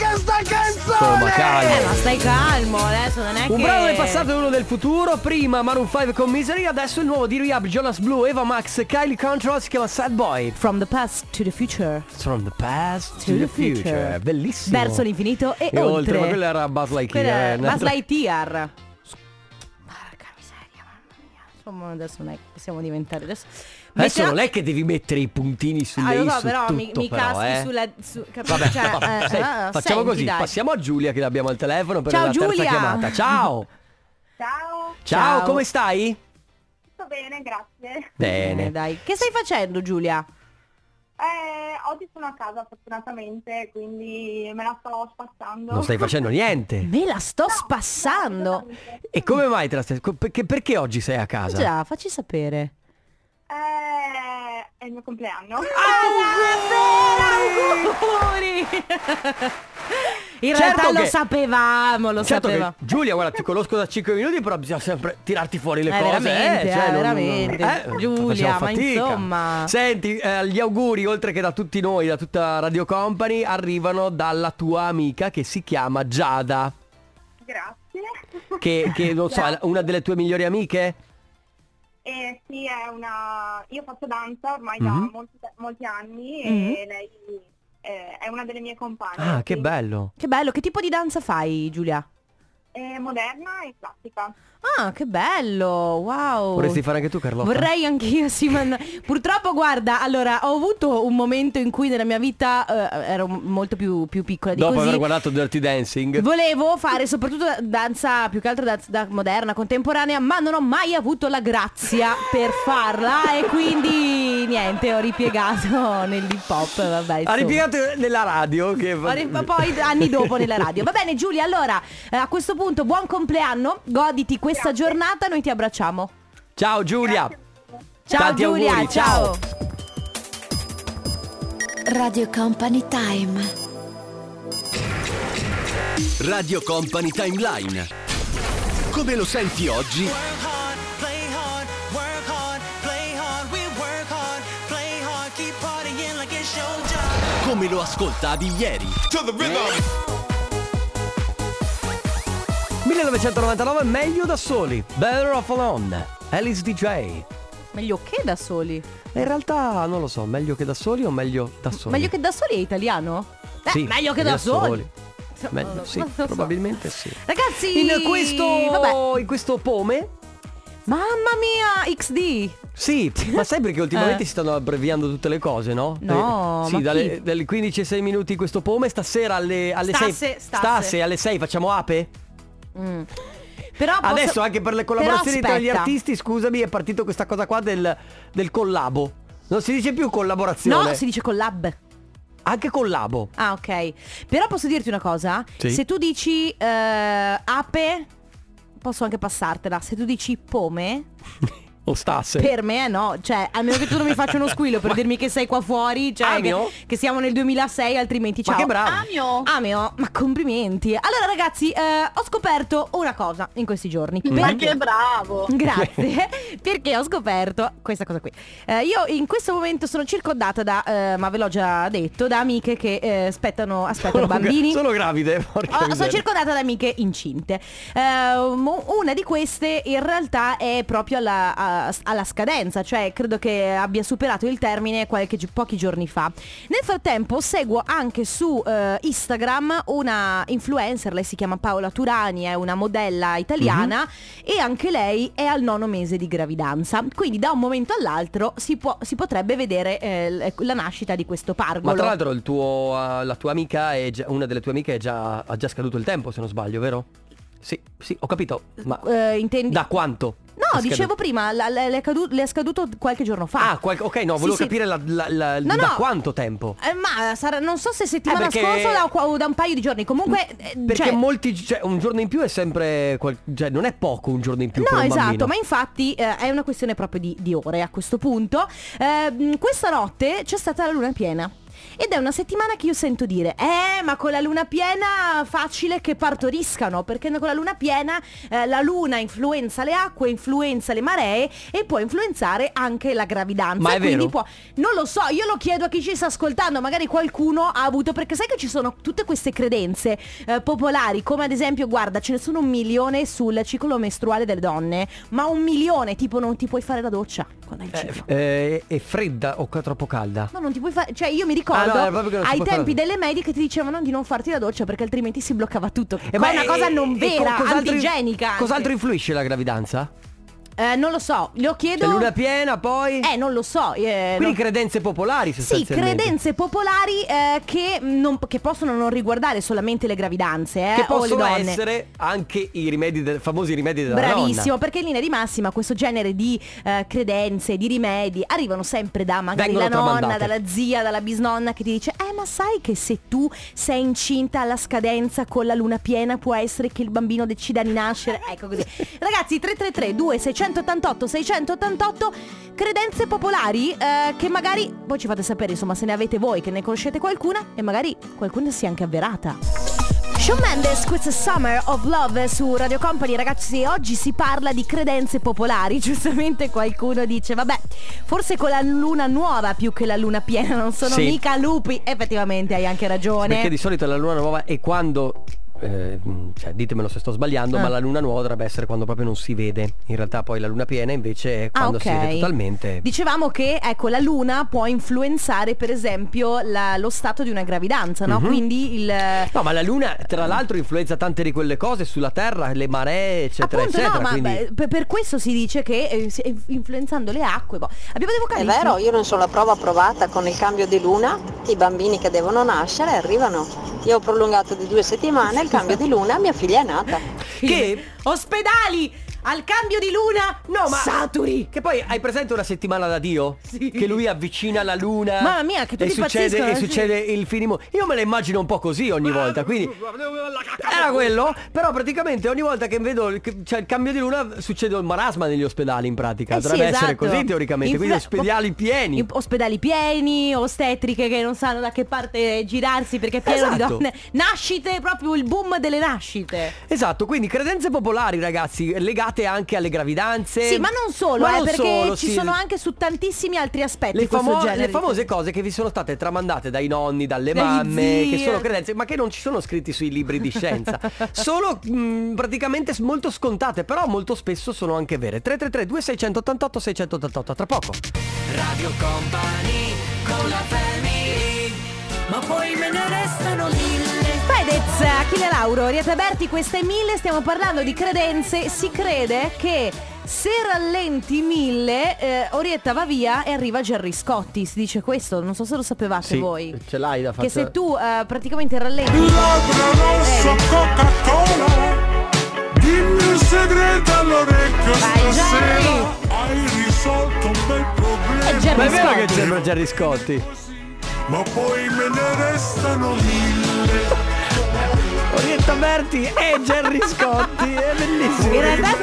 Speaker 1: Insomma,
Speaker 2: Eh,
Speaker 1: calma.
Speaker 2: ma stai calmo, adesso non è che
Speaker 1: Un brano del passato e uno del futuro, prima Maroon 5 con Misery, adesso il nuovo di Rehab, Jonas Blue, Eva Max, Kylie Control, si chiama Sad Boy.
Speaker 2: From the past to the future.
Speaker 1: From the past to, the future. Bellissimo.
Speaker 2: Verso l'infinito e,
Speaker 1: E oltre, ma quella era Buzz Lightyear,
Speaker 2: Quella era
Speaker 1: eh, un
Speaker 2: Buzz
Speaker 1: altro-
Speaker 2: Lightyear. Porca miseria, mamma mia. Insomma, adesso non è che possiamo diventare adesso.
Speaker 1: Adesso
Speaker 2: Metterò-
Speaker 1: non è che devi mettere i puntini sulle
Speaker 2: Ah, lo
Speaker 1: i
Speaker 2: so,
Speaker 1: su
Speaker 2: però
Speaker 1: tutto,
Speaker 2: mi, mi
Speaker 1: però,
Speaker 2: caschi
Speaker 1: eh.
Speaker 2: sulla. Su, capi-
Speaker 1: Vabbè, <laughs>
Speaker 2: cioè,
Speaker 1: no,
Speaker 2: eh,
Speaker 1: sai,
Speaker 2: ah,
Speaker 1: facciamo
Speaker 2: senti,
Speaker 1: così,
Speaker 2: dai.
Speaker 1: passiamo a Giulia che l'abbiamo al telefono per
Speaker 2: Ciao,
Speaker 1: la terza
Speaker 2: Giulia. <laughs>
Speaker 1: chiamata. Ciao!
Speaker 5: Ciao.
Speaker 1: Ciao,
Speaker 2: Ciao.
Speaker 1: come stai?
Speaker 5: Tutto bene, grazie.
Speaker 2: Eh,
Speaker 1: Bene.
Speaker 2: dai. Che stai facendo, Giulia?
Speaker 5: Eh, oggi sono a casa fortunatamente, quindi me la sto spassando.
Speaker 1: Non stai facendo niente.
Speaker 2: Me la sto spassando.
Speaker 1: E come mai te la stai- co- Perché, perché oggi sei a casa?
Speaker 2: Già, facci sapere.
Speaker 5: Eh, è il mio compleanno.
Speaker 2: Auguri! <laughs> In
Speaker 1: Certo
Speaker 2: realtà lo
Speaker 1: che-
Speaker 2: sapevamo, lo
Speaker 1: Certo che-
Speaker 2: sapevamo.
Speaker 1: Giulia, guarda, ti conosco da 5 minuti, però bisogna sempre tirarti fuori le
Speaker 2: Eh,
Speaker 1: cose.
Speaker 2: veramente,
Speaker 1: eh, cioè,
Speaker 2: eh,
Speaker 1: non-
Speaker 2: veramente. Giulia,
Speaker 1: facciamo
Speaker 2: ma
Speaker 1: fatica.
Speaker 2: insomma.
Speaker 1: Senti, eh, gli auguri, oltre che da tutti noi, da tutta Radio Company, arrivano dalla tua amica che si chiama Giada.
Speaker 5: Grazie.
Speaker 1: Che, che, non so, è una delle tue migliori amiche?
Speaker 5: Eh, sì, è una... Io faccio danza ormai
Speaker 1: Mhm.
Speaker 5: da molti, molti anni
Speaker 2: Mhm.
Speaker 5: e lei eh, è una delle mie compagne.
Speaker 1: Ah, che
Speaker 5: sì.
Speaker 1: bello.
Speaker 2: Che bello, che tipo di danza fai, Giulia?
Speaker 5: È moderna e classica.
Speaker 2: Ah, che bello, wow.
Speaker 1: Vorresti fare anche tu, Carlotta?
Speaker 2: Vorrei anch'io, sì, ma no. purtroppo guarda, allora ho avuto un momento in cui nella mia vita eh, ero molto più, più piccola di
Speaker 1: Dopo
Speaker 2: così.
Speaker 1: aver guardato Dirty Dancing.
Speaker 2: Volevo fare soprattutto danza, più che altro danza da- moderna, contemporanea, ma non ho mai avuto la grazia per farla e quindi niente, ho ripiegato nell'hip hop, vabbè.
Speaker 1: Ha
Speaker 2: insomma.
Speaker 1: ripiegato nella radio. Che...
Speaker 2: Ho ri- ma poi anni dopo nella radio. Va bene Giulia, allora eh, a questo punto buon compleanno, goditi questa giornata, noi ti abbracciamo.
Speaker 1: Ciao Giulia.
Speaker 2: Ciao
Speaker 1: Tanti
Speaker 2: Giulia,
Speaker 1: auguri,
Speaker 2: ciao.
Speaker 7: Radio Company Time.
Speaker 8: Radio Company Timeline. Come lo senti oggi? Come lo ascoltavi ieri?
Speaker 1: 1999 meglio da soli. Better off alone. Alice DJ.
Speaker 2: Meglio che da soli.
Speaker 1: In realtà non lo so, meglio che da soli o meglio da soli?
Speaker 2: Meglio che da soli è italiano? Beh,
Speaker 1: Sì,
Speaker 2: meglio che da, soli.
Speaker 1: Meglio,
Speaker 2: Non lo
Speaker 1: sì,
Speaker 2: so.
Speaker 1: probabilmente sì.
Speaker 2: Ragazzi,
Speaker 1: In questo,
Speaker 2: vabbè.
Speaker 1: in questo pome?
Speaker 2: Mamma mia, XD. <laughs>
Speaker 1: Sì, ma sai perché ultimamente
Speaker 2: Eh.
Speaker 1: si stanno abbreviando tutte le cose, no?
Speaker 2: No,
Speaker 1: Eh,
Speaker 2: ma
Speaker 1: Sì,
Speaker 2: chi?
Speaker 1: dalle, dalle 15 ai 6 minuti questo pome, stasera alle, alle
Speaker 2: Stasse,
Speaker 1: 6.
Speaker 2: stasse.
Speaker 1: alle 6 facciamo ape?
Speaker 2: Mm. Però posso-
Speaker 1: Adesso anche per le
Speaker 2: Però
Speaker 1: collaborazioni tra gli
Speaker 2: aspetta.
Speaker 1: artisti, scusami, è partito questa cosa qua del, del collabo. Non si dice più collaborazione.
Speaker 2: No, si dice collab.
Speaker 1: Anche collabo.
Speaker 2: Ah, ok. Però posso dirti una cosa?
Speaker 1: Sì.
Speaker 2: Se tu dici eh, ape, posso anche passartela. Se tu dici pome,
Speaker 1: O stasse.
Speaker 2: per me eh, no. Cioè, a meno che tu non mi faccia uno squillo
Speaker 1: <laughs>
Speaker 2: per dirmi che sei qua fuori, cioè che,
Speaker 1: Amio?
Speaker 2: che siamo nel 2006, altrimenti ciao.
Speaker 1: Ma che bravo.
Speaker 2: Amio. Amio, ma complimenti. Allora ragazzi, eh, ho scoperto una cosa in questi giorni.
Speaker 1: Mm-hmm.
Speaker 2: Perché?
Speaker 5: bravo!
Speaker 2: Grazie, <laughs> perché ho scoperto questa cosa qui. Eh, io in questo momento sono circondata da, eh, ma ve l'ho già detto, da amiche che eh, aspettano, aspettano
Speaker 1: <laughs> sono, cioè,
Speaker 2: bambini.
Speaker 1: sono gravide, porca
Speaker 2: Oh, sono
Speaker 1: miseria.
Speaker 2: circondata Ehm, da amiche incinte. Eh, mo- una di queste in realtà è proprio alla, a- alla, alla scadenza, cioè credo che abbia superato il termine qualche, gi- pochi giorni fa. Nel frattempo seguo anche su eh, Instagram una influencer, lei si chiama Paola Turani, è una modella
Speaker 1: Mm-hmm.
Speaker 2: italiana e anche lei è al nono mese di gravidanza. Quindi da un momento all'altro si, può- si potrebbe vedere eh, l- la nascita di questo pargolo.
Speaker 1: Ma tra l'altro il tuo, eh, la tua amica, è già- una delle tue amiche è già, ha già scaduto il tempo, se non sbaglio, vero? Sì, sì, ho capito. Ma
Speaker 2: Eh, intendi-
Speaker 1: da quanto? è
Speaker 2: No,
Speaker 1: scaduto?
Speaker 2: dicevo prima, la- la- le, è cadu- le è scaduto qualche giorno fa.
Speaker 1: Ah, qualche- ok, no,
Speaker 2: Sì,
Speaker 1: volevo
Speaker 2: sì.
Speaker 1: capire la- la- la-
Speaker 2: No,
Speaker 1: da
Speaker 2: no.
Speaker 1: quanto tempo.
Speaker 2: Eh, ma sarà- non so se settimana
Speaker 1: Eh, perché-
Speaker 2: scorsa o da, qua- o da un paio di giorni. Comunque, eh,
Speaker 1: Perché
Speaker 2: cioè-
Speaker 1: molti, cioè, un giorno in più è sempre, qual- cioè non è poco un giorno in più per
Speaker 2: No,
Speaker 1: un
Speaker 2: esatto,
Speaker 1: bambino.
Speaker 2: ma infatti eh, è una questione proprio di, di ore a questo punto. Ehm, questa notte c'è stata la luna piena. Ed è una settimana che io sento dire, eh ma con la luna piena facile che partoriscano, perché con la luna piena eh, la luna influenza le acque, influenza le maree e può influenzare anche la gravidanza.
Speaker 1: Ma è
Speaker 2: Quindi
Speaker 1: vero?
Speaker 2: può- Non lo so, io lo chiedo a chi ci sta ascoltando, magari qualcuno ha avuto, perché sai che ci sono tutte queste credenze eh, popolari, come ad esempio, guarda, ce ne sono un milione sul ciclo mestruale delle donne, ma un milione, tipo non ti puoi fare la doccia quando hai il
Speaker 1: Eh,
Speaker 2: ciclo.
Speaker 1: eh, è fredda o ca- troppo calda?
Speaker 2: No, non ti puoi fare, cioè io mi ricordo
Speaker 1: Ah, no, era proprio che non si
Speaker 2: ai
Speaker 1: può fare la
Speaker 2: tempi
Speaker 1: doccia.
Speaker 2: delle mediche ti dicevano di non farti la doccia perché altrimenti si bloccava tutto.
Speaker 1: Eh,
Speaker 2: ma
Speaker 1: ma
Speaker 2: è una
Speaker 1: eh,
Speaker 2: cosa non
Speaker 1: eh,
Speaker 2: vera,
Speaker 1: co- cos'altro-
Speaker 2: antigenica. anche.
Speaker 1: Cos'altro influisce la gravidanza?
Speaker 2: Eh, non lo so, lo chiedo.
Speaker 1: Cioè luna piena poi?
Speaker 2: Eh, non lo so. eh,
Speaker 1: Quindi
Speaker 2: non-
Speaker 1: credenze popolari
Speaker 2: Sì,
Speaker 1: sostanzialmente.
Speaker 2: credenze popolari eh, che, non- che possono non riguardare solamente le gravidanze eh,
Speaker 1: Che
Speaker 2: o le
Speaker 1: possono
Speaker 2: donne.
Speaker 1: essere anche i rimedi del- famosi rimedi della
Speaker 2: Bravissimo,
Speaker 1: nonna.
Speaker 2: perché in linea di massima questo genere di eh, credenze, di rimedi arrivano sempre da magari
Speaker 1: Vengono
Speaker 2: la nonna,
Speaker 1: tramandate.
Speaker 2: dalla zia, dalla bisnonna che ti dice "Eh, ma sai che se tu sei incinta alla scadenza con la luna piena può essere che il bambino decida di nascere". Ecco così. Ragazzi, 333 2688 688 credenze popolari eh, che magari poi ci fate sapere, insomma, se ne avete voi che ne conoscete qualcuna e magari qualcuna si è anche avverata. Shawn Mendes, questo è Summer of Love su Radio Company Ragazzi, oggi si parla di credenze popolari <laughs> Giustamente qualcuno dice Vabbè, forse con la luna nuova più che la luna piena Non sono
Speaker 1: Sì.
Speaker 2: mica lupi Effettivamente hai anche ragione
Speaker 1: Perché di solito la luna nuova è quando eh, mh, cioè, ditemelo se sto sbagliando,
Speaker 2: Ah.
Speaker 1: ma la luna nuova dovrebbe essere quando proprio non si vede. In realtà poi la luna piena invece è
Speaker 2: Ah,
Speaker 1: quando si
Speaker 2: ok.
Speaker 1: vede totalmente.
Speaker 2: Dicevamo che ecco la luna può influenzare per esempio la- lo stato di una gravidanza, no?
Speaker 1: Mhm.
Speaker 2: Quindi il...
Speaker 1: No, ma la luna tra l'altro influenza tante di quelle cose sulla Terra, le maree, eccetera,
Speaker 2: Appunto
Speaker 1: eccetera.
Speaker 2: no, ma
Speaker 1: quindi...
Speaker 2: beh, per, per questo si dice che eh, si- influenzando le acque boh. Abbiamo dei
Speaker 9: È
Speaker 10: Mhm.
Speaker 2: vocali
Speaker 9: vero, io non sono la prova provata con il cambio di luna, i bambini che devono nascere arrivano. Io ho prolungato di due settimane il cambio di luna, mia figlia è nata.
Speaker 1: Che-
Speaker 2: ospedali al cambio di luna no ma saturi
Speaker 1: Oh,
Speaker 2: Eh
Speaker 1: Che poi hai presente una settimana da Dio?
Speaker 2: Sì.
Speaker 1: Che lui avvicina la luna.
Speaker 2: Mamma mia, che
Speaker 1: e
Speaker 2: tutti
Speaker 1: succede,
Speaker 2: impazziscono,
Speaker 1: e
Speaker 2: sì. Ah,
Speaker 1: succede il finimo. Io me la immagino un po' così ogni volta, quindi. Era quello, però praticamente ogni volta che vedo il, cioè il cambio di luna succede il marasma negli ospedali in pratica.
Speaker 2: Eh sì,
Speaker 1: Dovrebbe essere
Speaker 2: esatto.
Speaker 1: così teoricamente, quindi
Speaker 2: Influ-
Speaker 1: ospedali pieni.
Speaker 2: in- Ospedali pieni, ostetriche che non sanno da che parte girarsi perché è pieno di
Speaker 1: Esatto.
Speaker 2: donne. Nascite, proprio il boom delle nascite.
Speaker 1: Esatto, quindi credenze popolari ragazzi, legate anche alle gravidanze.
Speaker 2: Sì, ma non solo,
Speaker 1: Ma
Speaker 2: eh,
Speaker 1: non
Speaker 2: perché
Speaker 1: solo,
Speaker 2: ci
Speaker 1: sì.
Speaker 2: sono anche su tantissimi altri aspetti.
Speaker 1: le,
Speaker 2: questo
Speaker 1: famo-
Speaker 2: genere
Speaker 1: le
Speaker 2: di-
Speaker 1: famose cose che vi sono state tramandate dai nonni, dalle
Speaker 2: Dagli
Speaker 1: mamme,
Speaker 2: zii,
Speaker 1: che sono
Speaker 2: eh.
Speaker 1: credenze, ma che non ci sono scritti sui libri
Speaker 2: <laughs>
Speaker 1: di scienza. sono mh, praticamente s- molto scontate, però molto spesso sono anche vere. 333 2688 688 tra poco.
Speaker 3: Radio Company con la family Ma poi me ne restano mille
Speaker 2: Fedez, Achille Lauro, Rieta Berti, queste mille, stiamo parlando di credenze, si crede che se rallenti mille, eh, Orietta va via e arriva Gerry Scotti, si dice questo, non so se lo sapevate
Speaker 1: Sì,
Speaker 2: voi.
Speaker 1: ce l'hai da
Speaker 2: Che
Speaker 1: fare.
Speaker 2: se tu eh, praticamente rallenti... Eh,
Speaker 11: Dimmi un segreto all'orecchio
Speaker 2: Vai, stasera. Jerry.
Speaker 11: Hai risolto un bel
Speaker 2: è
Speaker 11: problema
Speaker 1: Ma è
Speaker 2: Eh, Gerry
Speaker 1: vero che
Speaker 2: Scotti.
Speaker 1: c'era Gerry Scotti?
Speaker 11: Ma poi me ne restano mille
Speaker 1: Orietta Berti e Gerry Scotti, è bellissimo.
Speaker 2: In realtà...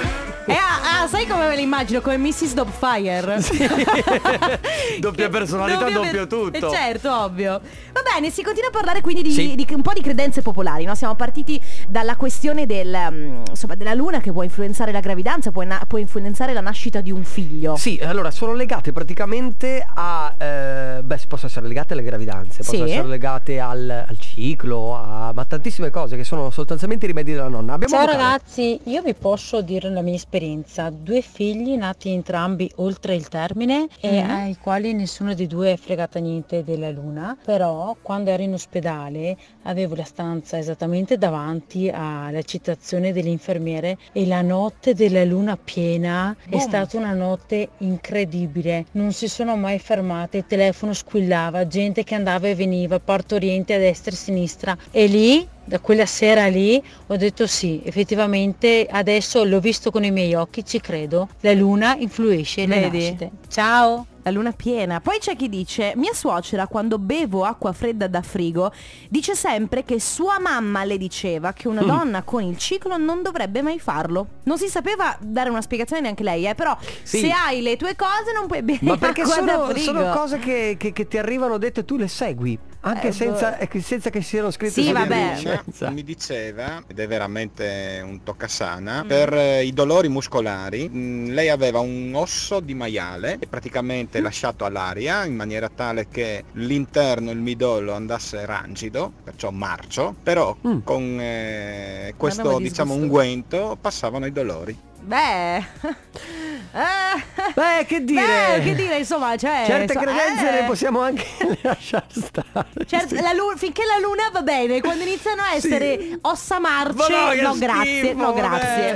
Speaker 2: eh, ah, ah, sai come me l'immagino? Come Mrs. Dopfire. <laughs>
Speaker 1: Doppia
Speaker 2: Che-
Speaker 1: personalità,
Speaker 2: doppia per-
Speaker 1: doppio tutto.
Speaker 2: Eh, certo, ovvio. Va bene, si continua a parlare quindi di,
Speaker 1: Sì.
Speaker 2: di un po' di credenze popolari, no? Siamo partiti dalla questione del, mm, insomma, della luna che può influenzare la gravidanza, può, na- può influenzare la nascita di un figlio.
Speaker 1: Sì, allora sono legate praticamente a... eh, beh, si- possono essere legate alle gravidanze,
Speaker 2: Sì.
Speaker 1: possono essere legate al, al ciclo, a, ma tantissime cose che sono sostanzialmente i rimedi della nonna. Abbiamo un vocale.
Speaker 9: io vi posso dire la mia esperienza?
Speaker 10: esperienza, due figli nati entrambi oltre il termine e
Speaker 12: Mhm.
Speaker 2: Eh?
Speaker 10: ai quali nessuno dei due è fregata niente della luna, però quando ero in ospedale avevo la stanza esattamente davanti alla citazione dell'infermiere e la notte della luna piena è
Speaker 12: Boom.
Speaker 10: stata una notte incredibile, non si sono mai fermate, il telefono squillava, gente che andava e veniva, partorienti a destra e a sinistra e lì da quella sera lì ho detto sì, effettivamente adesso l'ho visto con i miei occhi, ci credo, la luna influisce nelle
Speaker 2: Vedi?
Speaker 10: nascite. Ciao!
Speaker 2: La luna piena. Poi c'è chi dice, mia suocera quando bevo acqua fredda da frigo dice sempre che sua mamma le diceva che una
Speaker 10: Mm.
Speaker 2: donna con il ciclo non dovrebbe mai farlo. Non si sapeva dare una spiegazione neanche lei, eh, però
Speaker 1: Sì.
Speaker 2: se hai le tue cose non puoi bere
Speaker 1: Ma
Speaker 2: <laughs>
Speaker 1: perché
Speaker 2: acqua da
Speaker 1: sono,
Speaker 2: frigo.
Speaker 1: sono cose che, che- che ti arrivano dette e tu le segui, anche
Speaker 2: Eh,
Speaker 1: senza,
Speaker 2: boh.
Speaker 1: eh, che- senza che siano scritte
Speaker 2: Sì,
Speaker 1: su
Speaker 2: vabbè.
Speaker 1: di
Speaker 2: Beh.
Speaker 13: Lucia
Speaker 1: licenza.
Speaker 13: mi diceva, ed è veramente un toccasana, per eh, i dolori muscolari mh, lei aveva un osso di maiale praticamente lasciato all'aria in maniera tale che l'interno, il midollo andasse rancido, perciò marcio, però con eh, questo diciamo
Speaker 2: disgustoso.
Speaker 13: unguento passavano i dolori.
Speaker 2: Beh.
Speaker 1: Beh, Eh, che
Speaker 2: dire? che dire, insomma, cioè
Speaker 1: Certe
Speaker 2: so-
Speaker 1: credenze
Speaker 2: eh.
Speaker 1: le possiamo anche <laughs> lasciare stare.
Speaker 2: Certo, la lu- finché la luna va bene, quando iniziano a essere ossa marce,
Speaker 1: Ma che
Speaker 2: no,
Speaker 1: schifo,
Speaker 2: grazie, no
Speaker 1: vabbè.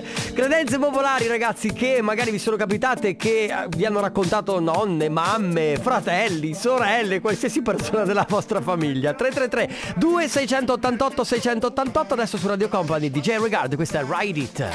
Speaker 2: grazie.
Speaker 1: Credenze popolari ragazzi che magari vi sono capitate che eh, vi hanno raccontato nonne, mamme, fratelli, sorelle, qualsiasi persona della vostra famiglia. 333 2688 688 adesso su Radio Company DJ Regard, questa è Ride It.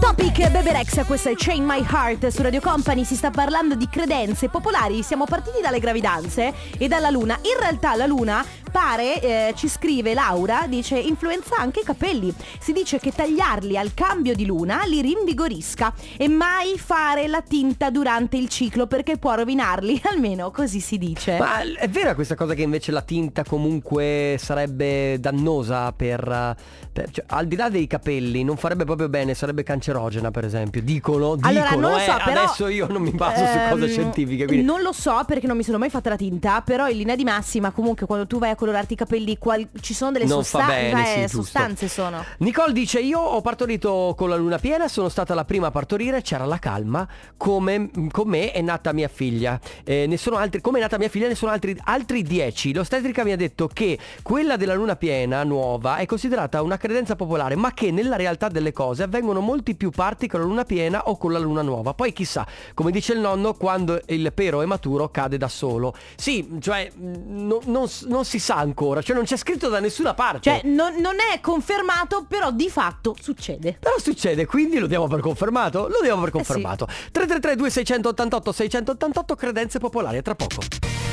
Speaker 2: Topic Bebe Rexha, questo è Chain My Heart su Radio Company, si sta parlando di credenze popolari, siamo partiti dalle gravidanze e dalla luna. In realtà la luna pare, eh, ci scrive Laura, dice influenza anche i capelli. Si dice che tagliarli al cambio di luna li rinvigorisca e mai fare la tinta durante il ciclo perché può rovinarli, <laughs> almeno così si dice.
Speaker 1: Ma l- è vera questa cosa che invece la tinta comunque sarebbe dannosa per, eh, per- cioè, al di là dei capelli non farebbe proprio bene, sarebbe cancerogena per esempio. Dicono, dicono,
Speaker 2: Allora, non lo so,
Speaker 1: eh,
Speaker 2: però,
Speaker 1: adesso io non mi baso su cose
Speaker 2: Ehm,
Speaker 1: scientifiche, quindi
Speaker 2: Non lo so perché non mi sono mai fatta la tinta, però in linea di massima comunque quando tu vai a colorarti i capelli qual- ci sono delle
Speaker 1: Non
Speaker 2: sosta-
Speaker 1: fa bene, sì,
Speaker 2: eh,
Speaker 1: giusto.
Speaker 2: sostanze sono.
Speaker 1: Nicole dice io ho partorito con la luna piena, sono stata la prima a partorire, c'era la calma, come, con me è nata mia figlia. Eh, ne sono altri, come è nata mia figlia ne sono altri, altri 10. L'ostetrica mi ha detto che quella della luna piena nuova è considerata una credenza popolare, ma che nella realtà delle cose avvengono molti più parti con la luna piena o con la luna nuova. Poi chissà, come dice il nonno, quando il pero è maturo cade da solo. Sì, cioè mh, no- non, s- non si sa ancora, cioè non c'è scritto da nessuna parte.
Speaker 2: Cioè non, non è confermato, però di fatto succede.
Speaker 1: Però succede, quindi lo diamo per confermato? Lo diamo per confermato. 333 2688 688 credenze popolari, a tra poco.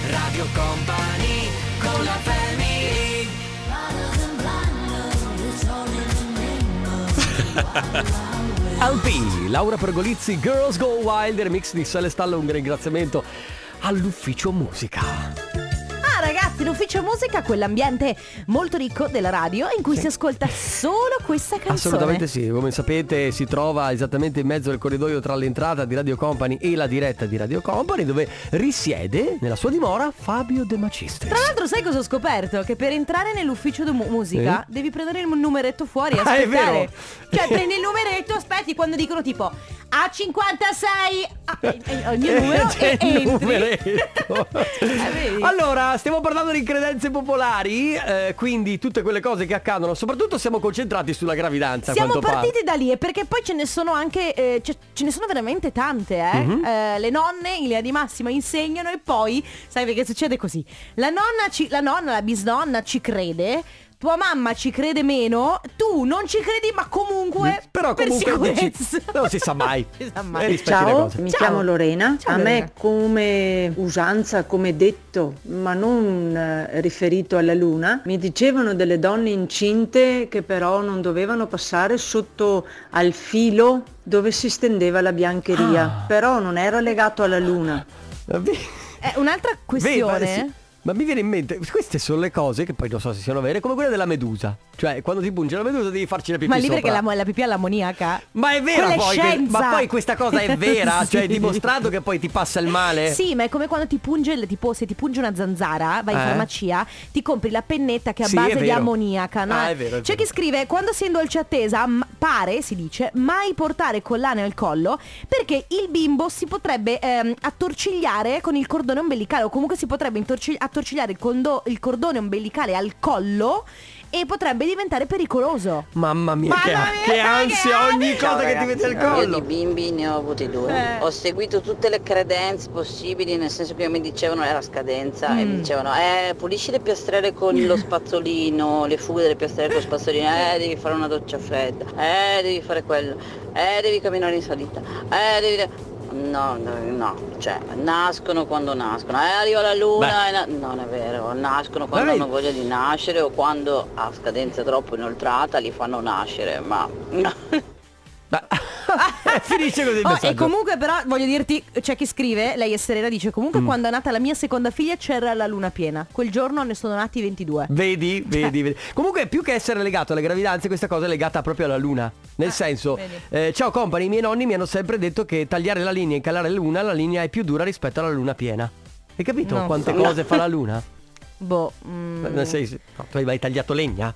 Speaker 3: Radio Company con la
Speaker 1: <laughs>
Speaker 3: family
Speaker 1: LP, Laura Pergolizzi, Girls Go Wilder, mix di Celestallo, un ringraziamento all'ufficio musica.
Speaker 2: Ah ragazzi, l'ufficio musica, quell'ambiente molto ricco della radio in cui si ascolta solo questa canzone.
Speaker 1: Assolutamente sì, come sapete si trova esattamente in mezzo al corridoio tra l'entrata di Radio Company e la diretta di Radio Company dove risiede nella sua dimora Fabio De Magistris.
Speaker 2: Tra l'altro sai cosa ho scoperto? Che per entrare nell'ufficio di mu- musica
Speaker 1: Eh?
Speaker 2: devi prendere il numeretto fuori e
Speaker 1: Ah, è
Speaker 2: aspettare.
Speaker 1: vero. <laughs>
Speaker 2: Cioè prendi il numeretto, aspetti quando dicono tipo A56 ah, e- e- ogni
Speaker 1: <laughs>
Speaker 2: numero
Speaker 1: Eh, C'è
Speaker 2: e
Speaker 1: il
Speaker 2: entri. <laughs> Ah,
Speaker 1: numeretto.
Speaker 2: vedi?
Speaker 1: allora, stiamo parlando di credenze popolari, eh, quindi tutte quelle cose che accadono, soprattutto siamo concentrati sulla gravidanza, a
Speaker 2: Siamo
Speaker 1: quanto pare.
Speaker 2: partiti da lì e perché poi ce ne sono anche, eh, ce, ce ne sono veramente tante, eh?
Speaker 1: Mhm.
Speaker 2: Eh, le nonne in linea di massima insegnano e poi, sai perché succede così, la nonna, ci- la nonna, la bisnonna ci crede, tua mamma ci crede meno, tu non ci credi ma comunque,
Speaker 1: Mm, Però
Speaker 2: per
Speaker 1: comunque dici, <laughs>
Speaker 2: sicurezza.
Speaker 1: non si sa mai.
Speaker 2: <laughs> si sa mai.
Speaker 1: E rispetti le
Speaker 14: Ciao,
Speaker 1: cose.
Speaker 14: mi
Speaker 2: Ciao.
Speaker 14: chiamo Lorena.
Speaker 2: Ciao,
Speaker 14: A me
Speaker 2: Lorena.
Speaker 14: come usanza, come detto, ma non eh, riferito alla luna, mi dicevano delle donne incinte che però non dovevano passare sotto al filo dove si stendeva la
Speaker 10: Ah.
Speaker 14: biancheria, però non era legato alla luna.
Speaker 2: Eh, un'altra questione
Speaker 1: Vedi, ma sì. Ma mi viene in mente, queste sono le cose che poi non so se siano vere, come quella della medusa. Cioè, quando ti punge la medusa devi farci la pipì
Speaker 2: Ma lì
Speaker 1: sopra.
Speaker 2: perché la, la pipì è l'ammoniaca?
Speaker 1: Ma è vera
Speaker 2: Quella è
Speaker 1: poi, que-
Speaker 2: scienza.
Speaker 1: ma poi questa cosa è vera,
Speaker 2: <laughs> Sì.
Speaker 1: cioè è dimostrato che poi ti passa il male.
Speaker 2: Sì, ma è come quando ti punge, il- tipo se ti punge una zanzara, vai in
Speaker 1: Eh?
Speaker 2: farmacia, ti compri la pennetta che è a
Speaker 1: Sì, è
Speaker 2: base di
Speaker 1: vero.
Speaker 2: ammoniaca. No?
Speaker 1: Ah, è vero, è
Speaker 2: C'è
Speaker 1: vero.
Speaker 2: chi scrive, quando si è in dolce attesa, m- pare, si dice, mai portare collane al collo perché il bimbo si potrebbe ehm, attorcigliare con il cordone ombelicale o comunque si potrebbe intorci- attorcigliare il, condo- il cordone ombelicale al collo e potrebbe diventare pericoloso.
Speaker 1: Mamma mia, che,
Speaker 2: Mamma mia,
Speaker 1: che
Speaker 2: che
Speaker 1: ansia ogni
Speaker 9: Ciao,
Speaker 1: cosa che
Speaker 9: ragazzi.
Speaker 1: ti mette al
Speaker 9: Io di
Speaker 1: collo.
Speaker 9: bimbi ne ho avuti due.
Speaker 2: Eh.
Speaker 9: Ho seguito tutte le credenze possibili, nel senso che mi dicevano era scadenza e mi dicevano eh, pulisci le piastrelle con lo spazzolino, le fughe delle piastrelle con lo spazzolino, eh devi fare una doccia fredda, eh devi fare quello, eh devi camminare in salita, eh devi. No, no, no, cioè nascono quando nascono, eh arriva la luna, e na- non è vero, nascono quando
Speaker 1: Vabbè.
Speaker 9: hanno voglia di nascere o quando a scadenza troppo inoltrata li fanno nascere, ma
Speaker 1: <laughs> Finisce così il
Speaker 2: Oh,
Speaker 1: messaggio.
Speaker 2: e comunque però voglio dirti, c'è chi scrive, lei è serena, dice comunque
Speaker 1: Mm.
Speaker 2: quando è nata la mia seconda figlia c'era la luna piena. Quel giorno ne sono nati 22.
Speaker 1: Vedi, vedi,
Speaker 2: <laughs>
Speaker 1: vedi. Comunque più che essere legato alle gravidanze, questa cosa è legata proprio alla luna. Nel senso,
Speaker 2: Ah, vedi.
Speaker 1: eh, ciao company, i miei nonni mi hanno sempre detto che tagliare la linea e calare la luna, la linea è più dura rispetto alla luna piena. Hai capito
Speaker 2: Non
Speaker 1: quante
Speaker 2: so.
Speaker 1: cose fa la luna?
Speaker 2: Boh. <laughs> mm.
Speaker 1: Ma non sei- no, tu hai mai
Speaker 2: <laughs>
Speaker 1: tagliato legna?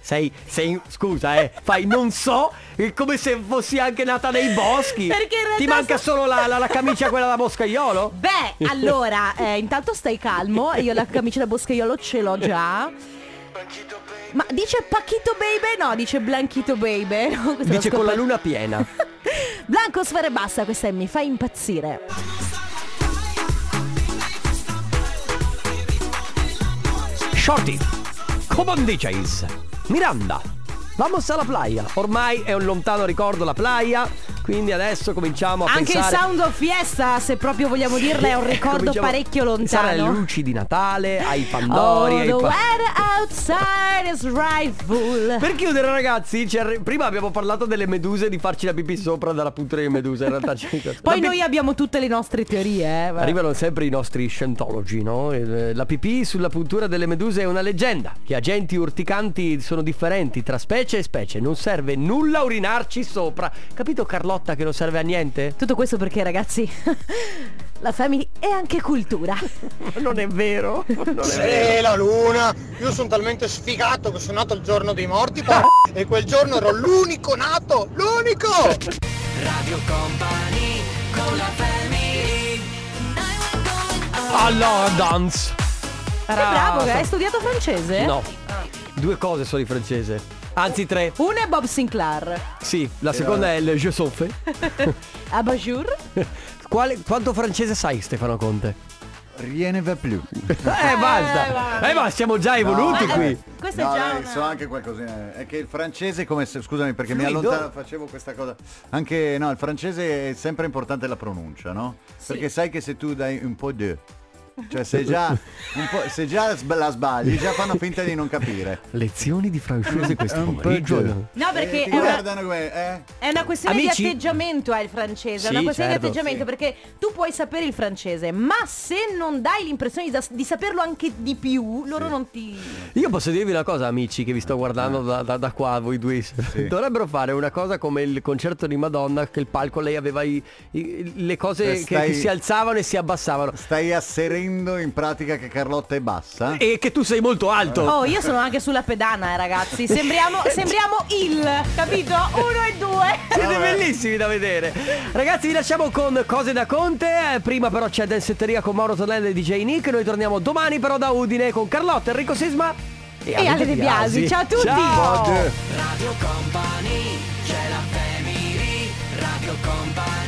Speaker 1: Sei, sei, scusa eh, fai non so, è come se fossi anche nata nei boschi.
Speaker 2: Perché in
Speaker 1: Ti
Speaker 2: realtà
Speaker 1: manca
Speaker 2: so-
Speaker 1: solo la, la- la camicia quella
Speaker 2: <laughs>
Speaker 1: da boscaiolo? <laughs>
Speaker 2: Beh, allora, eh, intanto stai calmo, io la camicia da boscaiolo ce l'ho già. Ma dice Pacchito Baby? No, dice Blanchito Baby. <laughs> No, questa l'ho
Speaker 1: Dice con la
Speaker 2: scoperta.
Speaker 1: luna piena.
Speaker 2: Blanco sfere bassa, questa è mi fa impazzire.
Speaker 1: Shorty, Common DJs, Miranda, vamos alla playa. Ormai è un lontano ricordo la playa, quindi adesso cominciamo a
Speaker 2: Anche il
Speaker 1: pensare...
Speaker 2: sound of fiesta, se proprio vogliamo dirla, è un ricordo
Speaker 1: <laughs> Cominciamo-
Speaker 2: parecchio
Speaker 1: Pensare
Speaker 2: lontano.
Speaker 1: alle luci di Natale, ai pandori, ai
Speaker 2: Oh, the
Speaker 1: pa-
Speaker 2: weather outside is rightful.
Speaker 1: Per chiudere ragazzi, ci arri- prima abbiamo parlato delle meduse, di farci la pipì sopra dalla puntura di medusa, in realtà c'è
Speaker 2: Poi
Speaker 1: La pi-
Speaker 2: noi abbiamo tutte le nostre teorie, eh. vabbè.
Speaker 1: Arrivano sempre i nostri scientologi, no? Eh, La pipì sulla puntura delle meduse è una leggenda. Gli agenti urticanti sono differenti tra specie e specie. Non serve nulla a urinarci sopra. Capito Carlotta che non serve
Speaker 15: <laughs>
Speaker 1: a niente?
Speaker 2: Tutto questo perché, ragazzi, <laughs> la family è anche cultura.
Speaker 1: Non è <laughs> vero. Non è
Speaker 12: Eh la luna, io sono talmente sfigato che sono nato il giorno dei morti porca, e quel giorno ero l'unico nato, l'unico!
Speaker 3: Radio Company con la family
Speaker 1: Allora, dance.
Speaker 2: Sei bravo, che hai studiato francese?
Speaker 1: No. Due cose sono in francese. Anzi tre.
Speaker 2: Una è Bob Sinclair.
Speaker 1: Sì,
Speaker 15: Eh,
Speaker 1: la seconda è il je suis
Speaker 15: <laughs>
Speaker 1: fait.
Speaker 2: Ah, bonjour.
Speaker 1: Quale- quanto francese sai Stefano Conte?
Speaker 15: Rien ne va plus.
Speaker 1: Eh basta. Eh ma siamo già evoluti
Speaker 15: No,
Speaker 1: qui.
Speaker 15: eh,
Speaker 2: Questa
Speaker 15: no,
Speaker 2: è già
Speaker 15: dai,
Speaker 2: una-
Speaker 15: so anche qualcosina. È che il francese è come se, scusami perché mi
Speaker 1: Fluido.
Speaker 15: allontano, facevo questa cosa. Anche no, il francese è sempre importante la pronuncia, no? Perché sai che se tu dai un po' de cioè se già, un po', se già sb- la sbagli, già fanno finta di non capire.
Speaker 1: Lezioni di francese questo
Speaker 15: Un po'
Speaker 1: pomeriggio.
Speaker 15: giù.
Speaker 2: No, perché
Speaker 15: eh, ti
Speaker 2: è una,
Speaker 15: guardano come, eh?
Speaker 2: è una questione
Speaker 1: Amici?
Speaker 2: di atteggiamento eh, il francese, è una
Speaker 1: Sì,
Speaker 2: questione
Speaker 1: certo,
Speaker 2: di atteggiamento perché tu puoi sapere il francese, ma se non dai l'impressione di, di saperlo anche di più, loro non ti...
Speaker 1: Io posso dirvi una cosa amici che vi sto guardando da, da- da qua voi due Dovrebbero fare una cosa come il concerto di Madonna Che il palco lei aveva i- i- le cose
Speaker 15: Eh,
Speaker 1: che- che
Speaker 15: stai-
Speaker 1: si alzavano e si abbassavano
Speaker 15: Stai asserendo in pratica che Carlotta è bassa?
Speaker 1: E che tu sei molto alto
Speaker 15: Ah.
Speaker 2: Oh, io sono anche sulla pedana, eh, ragazzi. Sembriamo, sembriamo il, capito? Uno e due.
Speaker 1: Siete bellissimi da vedere Ragazzi vi lasciamo con cose da Conte Eh, Prima però c'è Dansetteria con Mauro Tonello e DJ Nick Noi torniamo domani però da Udine con Carlotta, Enrico Sisma
Speaker 2: E Ale De Biasi. Ciao a tutti.
Speaker 1: Ciao.
Speaker 2: Buongiorno.
Speaker 3: Radio Company c'è la family Radio Company